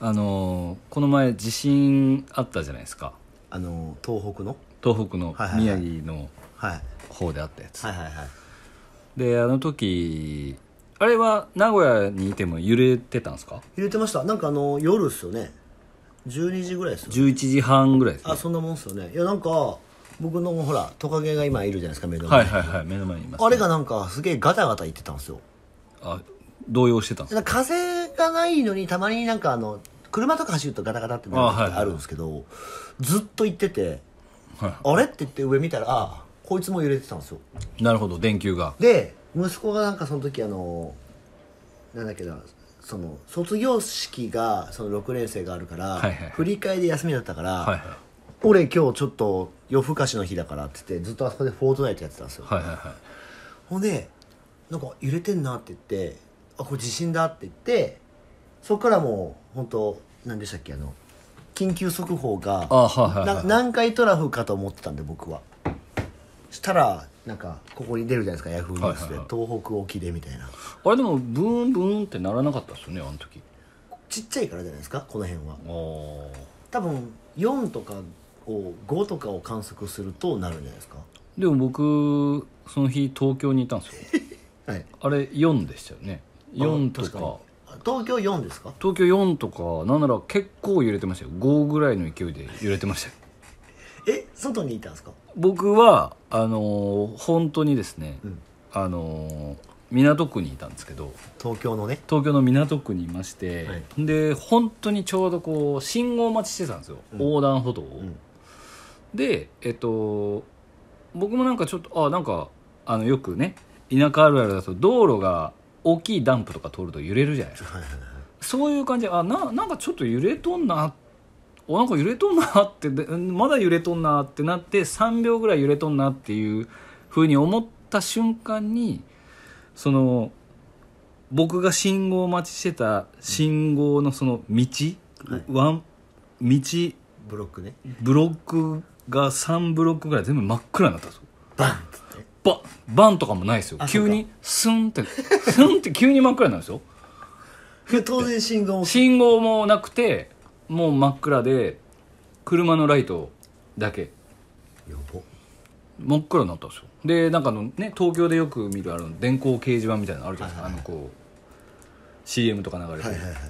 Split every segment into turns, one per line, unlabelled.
あのこの前地震あったじゃないですか
あの東北の
東北の
はいはい
宮
はい
城の
はい
方であったやつ、
はいはいはい
であの時あれは名古屋にいても揺れてたんですか
揺れてましたなんかあの夜っすよね12時ぐらいですよ
11時半ぐらいですね
あそんなもんっすよねいやなんか僕のほらトカゲが今いるじゃないですか目の前、
はいはいはい目の前にいます、
あれがなんかすげえガタガタ言ってたんですよ
あ動揺してたんです
なんか風がないのにたまになんかあの車とか走るとガタガタってなる
あ
時
は
っ
い
てあるんですけど、ずっと行ってて
は
あれって言って上見たらあこいつも揺れてたんですよ
いなるほど電球が
で息子がなんかその時あのなんだっけなその卒業式がその6年生があるから、
はいはい
振り替えで休みだったから、
はいはい
俺今日ちょっと夜更かしの日だからって言ってずっとあそこでフォートナイトやってたんですよ、
はいはいはい
ほんでなんか揺れてんなって言ってあこれ地震だって言ってそっからもう本当何でしたっけあの緊急速報が
あはいはいはい
な南海トラフかと思ってたんで僕はしたらなんかここに出るじゃないですかヤフーニュースで、
はいはい
東北沖でみたいな
あれでもブーンブーンってならなかったですよねあの時
ちっちゃいからじゃないですかこの辺は
お
多分4とかを5とかを観測するとなるんじゃないですか
でも僕その日東京にいたんですよ
はい
あれ4でしたよね4と
確
か
にあ東京4ですか
東京4とかなんなら結構揺れてましたよ5ぐらいの勢いで揺れてましたよ
え外にいたんですか
僕はあのー本当にですね、
うん
あのー港区にいたんですけど
東京のね
東京の港区にいまして、
はい
で本当にちょうどこう信号待ちしてたんですよ、
うん
横断歩道を、
うん
でえっと僕もなんかちょっとあなんかあのよくね田舎あるあるだと道路が大きいダンプとか通ると揺れるじゃないですか
はいはいはい
そういう感じであななんかちょっと揺れとんなおなんか揺れとんなってでうんまだ揺れとんなってなって3秒ぐらい揺れとんなっていうふうに思った瞬間にその僕が信号待ちしてた信号のその道、
はい
ワン道
ブロックね
ブロックが3ブロックぐらい全部真っ暗になったんですよ
バンっつって
バンバンとかもないですよ
あ
急にスンって スンって急に真っ暗になるんですよ
当然信号も
信号もなくてもう真っ暗で車のライトだけ
やば
真っ暗になったんですよでなんかあのね東京でよく見るあの電光掲示板みたいなのあるじゃないですか、
はいはい
あのこう CM とか流れて
はい
る、
はいはい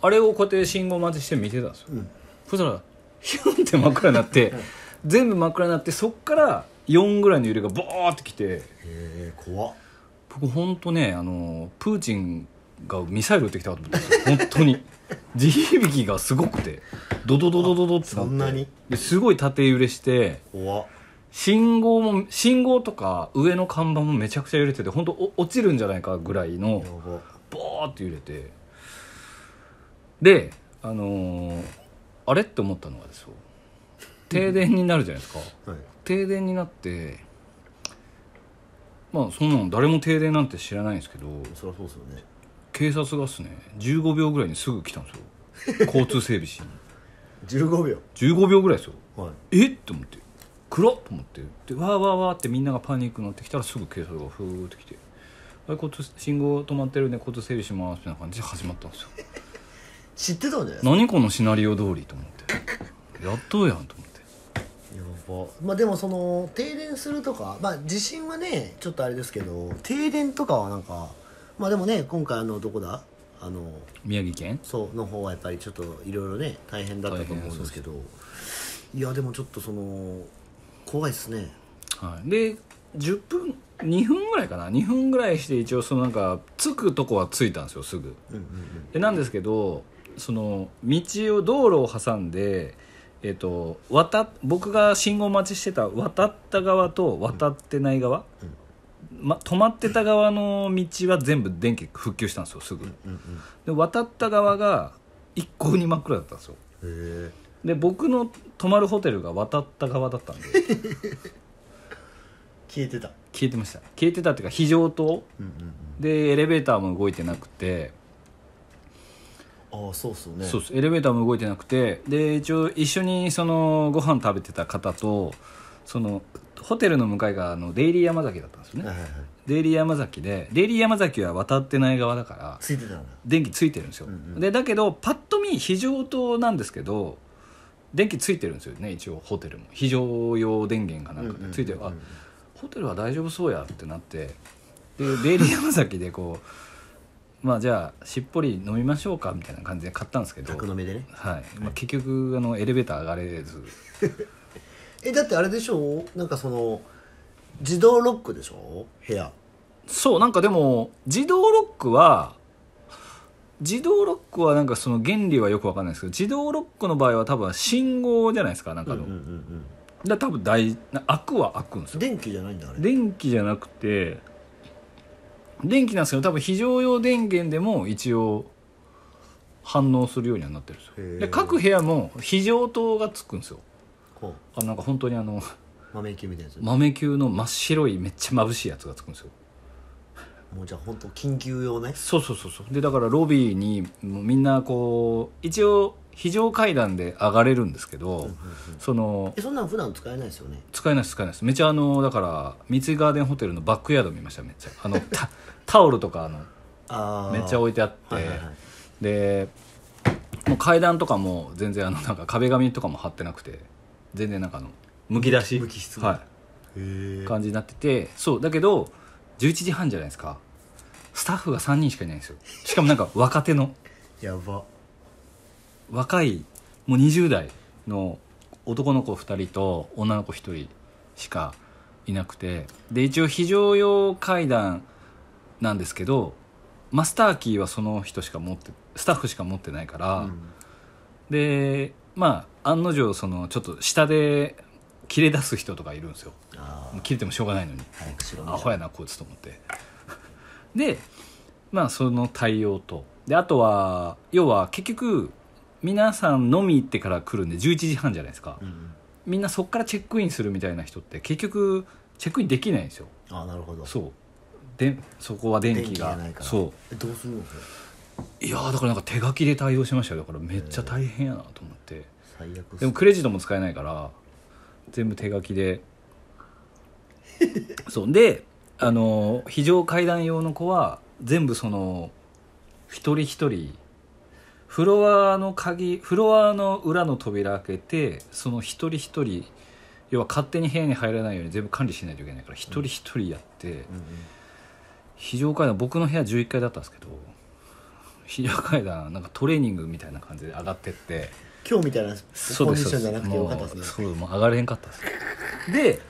あれをこうやって信号待ちして見てたんですよ、
うん
そしたらヒュンって真っ暗になって全部真っ暗になってそっから4ぐらいの揺れがボーってきて
へえ怖っ
僕本当ねあのプーチンがミサイル撃ってきたかと思ったんですよ本当 に地響きがすごくてドドドドドドってって
そんなに
ですごい縦揺れして
怖っ
信号も信号とか上の看板もめちゃくちゃ揺れてて本当お落ちるんじゃないかぐらいの
やば
ボーって揺れてであのーあれって思ったのがですよ停電になるじゃないですか
はい
停電になってまあそんなの誰も停電なんて知らないんですけど
そりゃそうですよね
警察がですね15秒ぐらいにすぐ来たんですよ交通整備士に
15秒
15秒ぐらいですよ
はい
えっと思って暗っと思ってでわーわーわーってみんながパニックになってきたらすぐ警察がふーって来て「はい交通信号止まってるんで交通整備します」みたいな感じで始まったんですよ
知ってたんじゃないで
何このシナリオ通りと思ってやっとうやんと思って
すかやばまあでもその停電するとかまあ地震はねちょっとあれですけど停電とかはなんかまあでもね今回あのどこだあの
宮城県
そうの方はやっぱりちょっといろいろね大変だったと思うんですけどいやでもちょっとその怖いですね
はい、で10分2分ぐらいかな2分ぐらいして一応そのなんか着くとこは着いたんですよすぐ
うんうんうん
でなんですけどその道を道路を挟んで、えっと渡っ僕が信号待ちしてた渡った側と渡ってない側、ま、止まってた側の道は全部電気復旧したんですよすぐ
うん
で渡った側が一向に真っ暗だったんですよ
うんへえ
で僕の泊まるホテルが渡った側だったんで
消えてた
消えてました消えてたっていうか非常灯
うんうん
でエレベーターも動いてなくて、
うんああそうっすよね
そうですエレベーターも動いてなくてで一応一緒にそのご飯食べてた方とそのホテルの向かいがあのデイリー山崎だったんですよね、
はいはいはい
デイリー山崎でデイリー山崎は渡ってない側だから
ついてたんだ
電気ついてるんですよ、
うんうん
でだけどパッと見非常灯なんですけど電気ついてるんですよね一応ホテルも非常用電源かなんかでついてる、
うんうんうんうん
あホテルは大丈夫そうやってなってでデイリー山崎でこうまあじゃあしっぽり飲みましょうかみたいな感じで買ったんですけど、
宅飲みでね
はいまあ、結局あのエレベーター上がれず
えだってあれでしょなんかその自動ロックでしょ部屋
そうなんかでも自動ロックは自動ロックはなんかその原理はよくわかんないですけど自動ロックの場合は多分信号じゃないですかなんか
う
あ
んう
の、
んうん
だから多分大な開くは開くんです
うん
よ
電気じゃないんだあれ
電気じゃなくて電気なんですけど多分非常用電源でも一応反応するようにはなってるんです
へ
よ
ー
で各部屋も非常灯がつくんですよ
こ
あなんか本当にあの
う豆球みたいなやつ、
豆球の真っ白いめっちゃ眩しいやつがつくんですよ
もうじゃあ本当緊急用ね
そうそうそうそうでだからロビーにもうみんなこう一応非常階段で上がれるんですけど、その
えそんなん普段使えないですよね
使えないです使えないですめちゃあのだから三井ガーデンホテルのバックヤード見ましためっちゃあのタタオルとかあの
ああ
めっちゃ置いてあって、
はいはいはい
でもう階段とかも全然あのなんか壁紙とかも貼ってなくて全然なんかあのむき出し
むき出
は
へ
い、
え
感じになっててそうだけど11時半じゃないですかスタッフが3人しかいないんですよしかもなんか若手の
やば
若いもう20代の男の子2人と女の子1人しかいなくてで一応非常用階段なんですけどマスターキーはその人しか持ってスタッフしか持ってないから、
うん
でまあ案の定そのちょっと下で切れ出す人とかいるんですよ
あ
切れてもしょうがないのに
あ早くしろみたい
ア
な
ホやなこいつと思ってでまあその対応とであとは要は結局皆さん飲み行ってから来るんで11時半じゃないですか、
うんうん
みんなそっからチェックインするみたいな人って結局チェックインできないんですよ
ああなるほど
そうでそこは電
電
気
気
が
がないから
そ
えどうするのこれ
ういやーだからなんか手書きで対応しましたよだからめっちゃ大変やなと思って
最悪っす
でもクレジットも使えないから全部手書きで そうであの非常階段用の子は全部その一人一人フロアの鍵フロアの裏の扉開けてその一人一人要は勝手に部屋に入らないように全部管理しないといけないから一人一人やって、
うんうん
非常階段僕の部屋11階だったんですけど非常階段なんかトレーニングみたいな感じで上がってって。
今日みたいなコンデ
そう
ィ
ですそ
ショ
う
ンじゃなくてよかったですね
そうもう上がれへんかったですで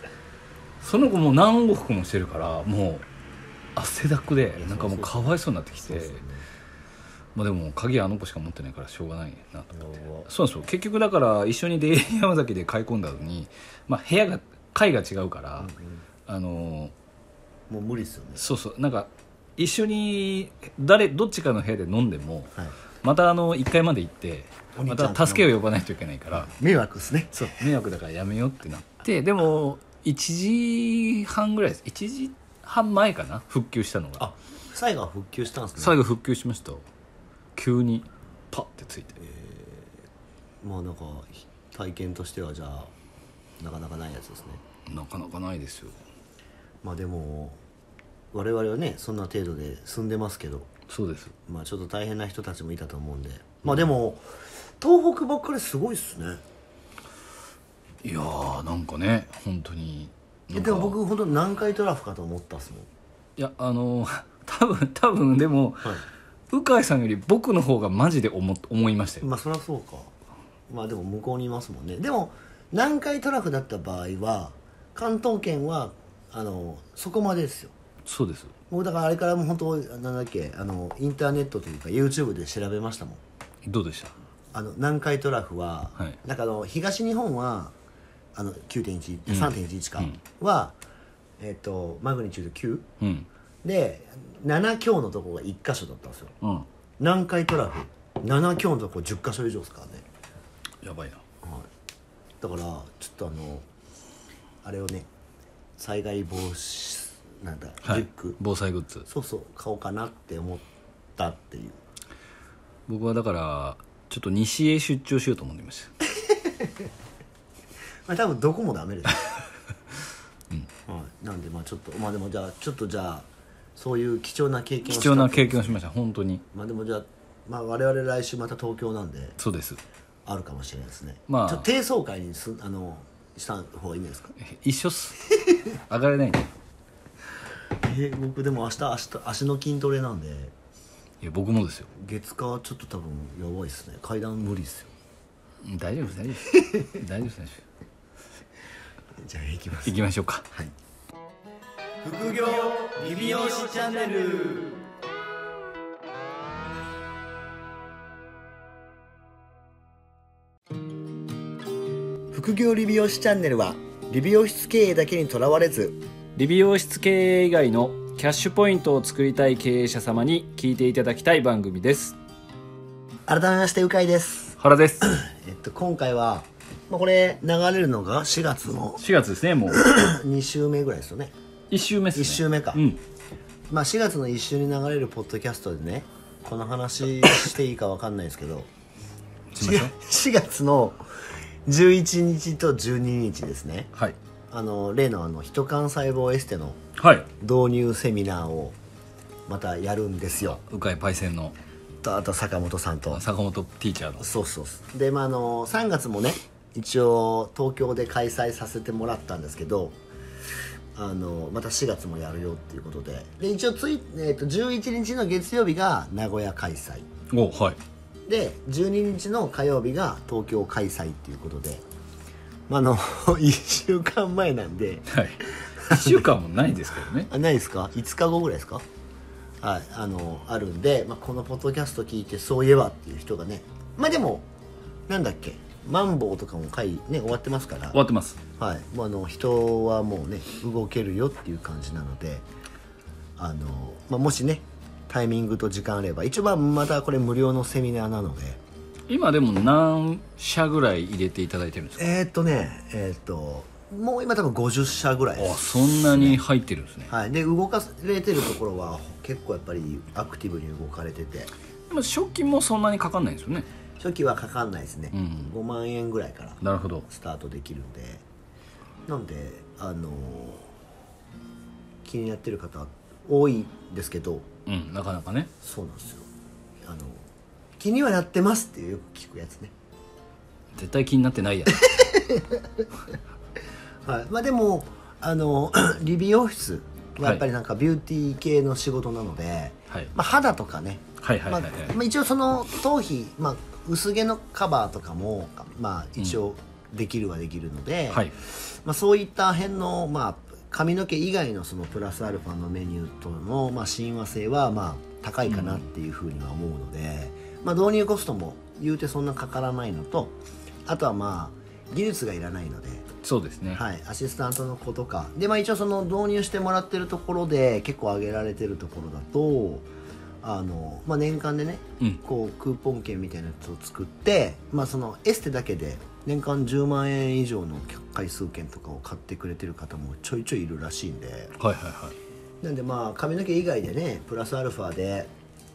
その子もう何往復もしてるからもう汗だくで
いや
なんかもうかわいそうになってきて
そうっすね
まあでも鍵はあの子しか持ってないからしょうがないなと
やば
そうなんですよ結局だから一緒に出入り山崎で買い込んだのに、まあ、部屋が階が違うから、あのー
もう無理っすよね
そうそうなんか一緒に誰どっちかの部屋で飲んでも
はい
またあの1階まで行って
お兄
ま
ちゃん
た助けを呼ばないといけないから、
迷惑ですね
そう迷惑だからやめようってなってでも1時半ぐらいです1時半前かな復旧したのが
あ最後は復旧したんです
最
ね
後復旧しました急にパッてついて
まあなんかひ体験としてはじゃあなかなかないやつですね
なかなかないですよ
まあでも我々はねそんな程度で済んでますけど
そうです
まあちょっと大変な人たちもいたと思うんでまあでも東北ばっかりすごいっすね
いやーなんかね本当にな
え
んか
でも僕本当南海トラフかと思ったっすもん
いやあの ー多分多分でも鵜飼さんより僕の方がマジで思思いましたよ
まあそりゃそうかまあでも向こうにいますもんねでも南海トラフだった場合は関東圏はあのそこまでですよ
そうです
もうだからあれからもう本当なんだっけあのインターネットというか YouTube で調べましたもん
どうでした
あの南海トラフは、
はい
なんかあの東日本はあの9.11 3.11か、は、えっとマグニチュード
う
9
ん
で7強のとこが1箇所だったんですよ
うん
南海トラフ7強のとこ10箇所以上ですからね、
やばいな
はい、だからちょっとあのあれをね災害防止なんだ、
は
リュ
い
ック
防災グッズ
そうそう買おうかなって思ったっていう
僕はだからちょっと西へ出張しようと思ってました
まあ多分どこもダメですなんでまあちょっとまあでもじゃあちょっとじゃあそういう貴重な経験を
貴
した
重な経験をしました本当に
まあでもじゃあまあ我々来週また東京なんで
そうです
あるかもしれないですね
まあ
ちょっと低層階にすあのした方がいいんですか
一緒っ す上がれないね
えー僕でも明日明日足の筋トレなんで
いや僕もですよ
月火はちょっと多分やばいですね階段無理ですよ
大丈夫です大丈夫です大丈夫です大丈夫で
じゃあ行きます
す行きましょうか
はい
副業リビオシチャンネル
副業理美容師チャンネルは理美容室経営だけにとらわれず
理美容室経営以外のキャッシュポイントを作りたい経営者様に聞いていただきたい番組です
改めましてうかいです
原です
えっと今回は、まあ、これ流れるのが4月の
4月ですね もう
2週目ぐらいですよね
1週目ですね
1週目か、
うん
まあ、4月の1週に流れるポッドキャストでねこの話していいかわかんないですけど
すいません
4月の11日と12日ですね
はい
あの例のあの人幹細胞エステの
はい
導入セミナーをまたやるんですよ
鵜飼パイセンの
とあと坂本さんと
坂本ティーチャーの
そうそうそうでまああの3月もね一応東京で開催させてもらったんですけどあのまた4月もやるよっていうことでで一応つい、えー、と11日の月曜日が名古屋開催
おはい
で12日の火曜日が東京開催っていうことで、まあ、あの1 週間前なんで
はい1週間もないですけどね
あないですか5日後ぐらいですかはいあのあるんで、まあ、このポッドキャスト聞いてそういえばっていう人がねまあでもなんだっけマンボウとかも会ね終わってますから
終わってます
はいもうあの人はもうね動けるよっていう感じなのであの、まあ、もしねタイミングと時間あれば一応まあまたこれ無料のセミナーなので
今でも何社ぐらい入れていただいてるんですか
えー、っとねえーっともう今多分50社ぐらいで
あ
す
そんなに入ってるんですね
はい、で動かれてるところは結構やっぱりアクティブに動かれてて
でも初期もそんなにかかんないんですよね
初期はかかんないですね、
うん
5万円ぐらいから
なるほど
スタートできるんでなんであのー気になってる方多いですけど
うんなかなかね
そうなんですよあの気にはなってますっていうよく聞くやつね
絶対気になってないやん
はいまあでもあの 理美容室はやっぱりなんかビューティー系の仕事なので、
はい
まあ、肌とかね
はいはいはいはい、
まあ、一応その頭皮、まあ、薄毛のカバーとかも、まあ、一応できるはできるので、
はい
まあ、そういった辺の、まあ、髪の毛以外のそのプラスアルファのメニューとの、まあ、親和性は、まあ、高いかなっていうふうには思うので、まあ、導入コストも言うてそんなかからないのとあとはまあ技術がいらないので。
そうですね、
はい、アシスタントの子とかで、まあ、一応その導入してもらってるところで結構上げられてるところだとあの、まあ、年間でね、
うん
こうクーポン券みたいなやつを作って、まあ、そのエステだけで年間10万円以上の回数券とかを買ってくれてる方もちょいちょいいるらしいんで
はいはいはい
なんでまあ髪の毛以外でねプラスアルファで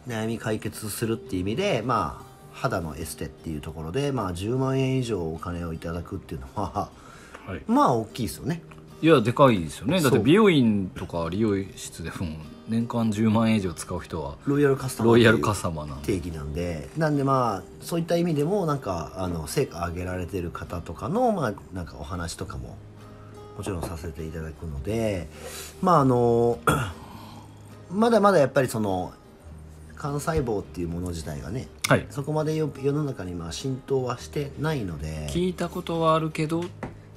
悩み解決するっていう意味でまあ肌のエステっていうところで、まあ、10万円以上お金をいただくっていうのは
はい、
まあ大きいですよね。
いやでかいですよねだって
そう
美容院とか理容室でも年間10万円以上使う人は
ロイヤルカスタマー
ロイヤル
っていう
カスタマーなんで
定義なんでなんでまあそういった意味でもなんかあの成果上げられてる方とかのまあなんかお話とかももちろんさせていただくのでまああの まだまだやっぱりその幹細胞っていうもの自体がね
はい
そこまでよ世の中にまあ浸透はしてないので
聞いたことはあるけどっ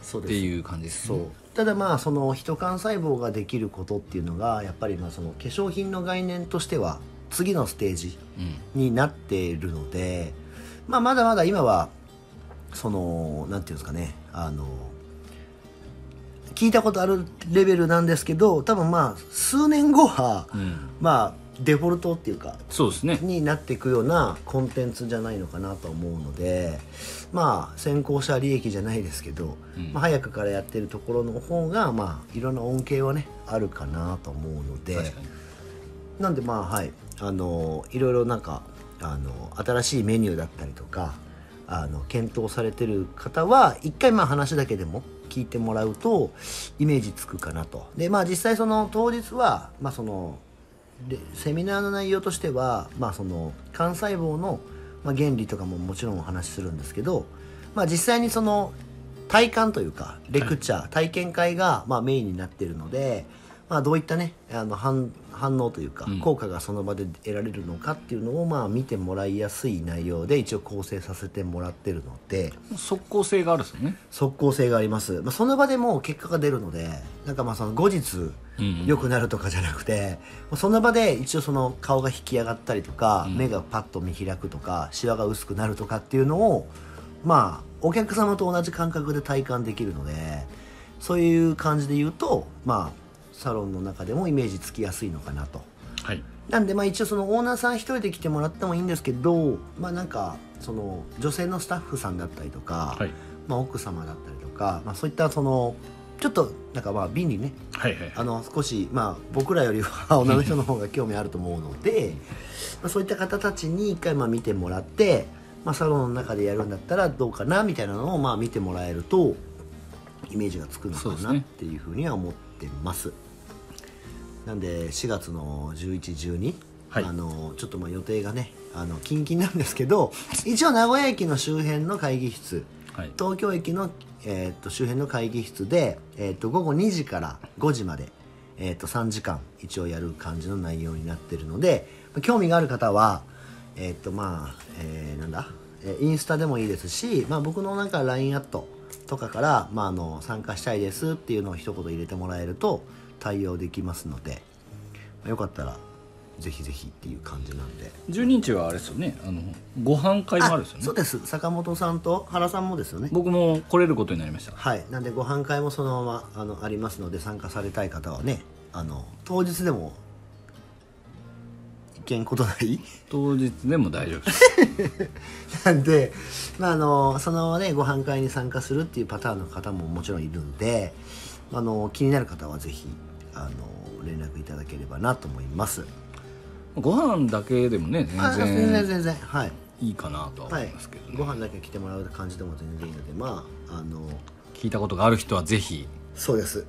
そうで
て
す
いう感じです、
そう
ね、
ただまあその人幹細胞ができることっていうのがやっぱりまあその化粧品の概念としては次のステージ
う、ん、
になっているので、まあ、まだまだ今はそのなんていうんですかねあの聞いたことあるレベルなんですけど多分まあ数年後は、
うん、
まあデフォルトっていうか
そうですね
になっていくようなコンテンツじゃないのかなと思うのでまあ先行者利益じゃないですけど、
うん
まあ、早くからやってるところの方がまあいろんな恩恵はねあるかなと思うので。
確かに
なんでまあはいあのいろいろなんかあの新しいメニューだったりとかあの検討されてる方は一回まあ話だけでも聞いてもらうとイメージつくかなとでまあ実際その当日は、まあ、そのでセミナーの内容としては、まあ、その幹細胞の、まあ、原理とかももちろんお話しするんですけど、まあ、実際にその体感というかレクチャー、体験会が、まあ、メインになっているので、まあ、どういったねあの反反応というか
うん
効果がその場で得られるのかっていうのを、まあ、見てもらいやすい内容で一応構成させてもらってるので。
即効性があるんですよね
即効性があります、まあ、その場でもう結果が出るのでなんかまあその後日
うんうん
良くなるとかじゃなくて、もうその場で一応その顔が引き上がったりとか、
うん
目がパッと見開くとかシワが薄くなるとかっていうのをまあお客様と同じ感覚で体感できるのでそういう感じで言うとまあサロンの中でもイメージつきやすいのかなと。
はい
なんでまあ一応そのオーナーさん一人で来てもらってもいいんですけどまあなんかその女性のスタッフさんだったりとか、
はい
まあ、奥様だったりとか、まあ、そういったそのちょっとなんかまあ瓶にね
はいはい
あの少し、まあ、僕らよりは女の人の方が興味あると思うので、まあ、そういった方たちに一回まあ見てもらって、まあ、サロンの中でやるんだったらどうかなみたいなのをまあ見てもらえるとイメージがつくのか
そうです
なっ
ね
ていうふうには思ってます。なんで4月の11、12、
はい
あのちょっとまあ予定がねあの近々なんですけど一応名古屋駅の周辺の会議室
はい
東京駅の、えー、と周辺の会議室で、えー、と午後2時から5時まで、えー、と3時間一応やる感じの内容になってるので興味がある方はえっ、とまあ、えーなんだ、えーインスタでもいいですし、まあ、僕のなんか LINE アットとかから、まあ、あの参加したいですっていうのを一言入れてもらえると対応できますので、まあよかったらぜひぜひっていう感じなんで。
12日はあれですよねあのご飯会もあるんですよ
あ
ね
そうです坂本さんと原さんもですよね
僕も来れることになりました
はい、なんでご飯会もそのままあのありますので参加されたい方はねあの当日でもいけんことない
当日でも大丈夫です
なんで、まあ、あのそのねご飯会に参加するっていうパターンの方ももちろんいるんであの気になる方はぜひあの連絡いただければなと思います
ご飯だけでもね
あ
全然
全然はい
いいかなとは思
はいい
ますけどね、
ご飯だけ来てもらう感じでも全然いいのでまああの
聞いたことがある人はぜひ
そうです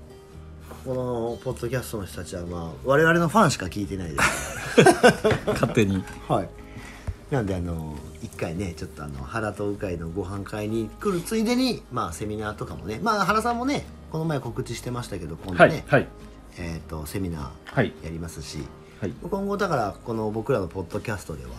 このポッドキャストの人たちは、まあ、我々のファンしか聞いてないです
勝手に
はい。なんであの一回ねちょっとあの原と鵜飼のご飯会に来るついでにまあセミナーとかもねまあ原さんもねこの前告知してましたけど今
は
度
い
ね、
はい
えっ、とセミナ
はい
ーやりますし
はい
今後だからこの僕らのポッドキャストでは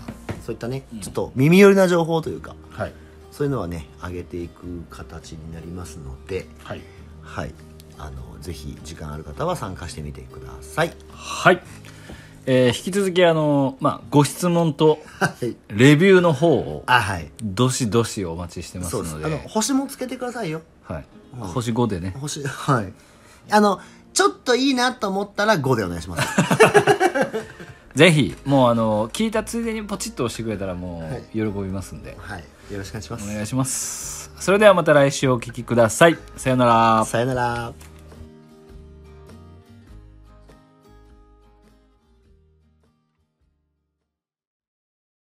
そういったねちょっと耳寄りな情報というか
はい
そういうのはね上げていく形になりますので
はい
はいあのぜひ時間ある方は参加してみてください。
はい、えー引き続きあのまあご質問と
はい。
レビューの方を
あはい。
どしどしお待ちしてます
そうです。
ので
あの星もつけてくださいよ。
はい、
うん
星5でね
星はいあのちょっといいなと思ったら5でお願いします
ぜひもうあの聞いたついでにポチッと押してくれたらも
はいう
喜びますんで、
はいよろしくお願いしま
お
す
願いしますそれではまた来週お聞きくださいさようなら
さよなら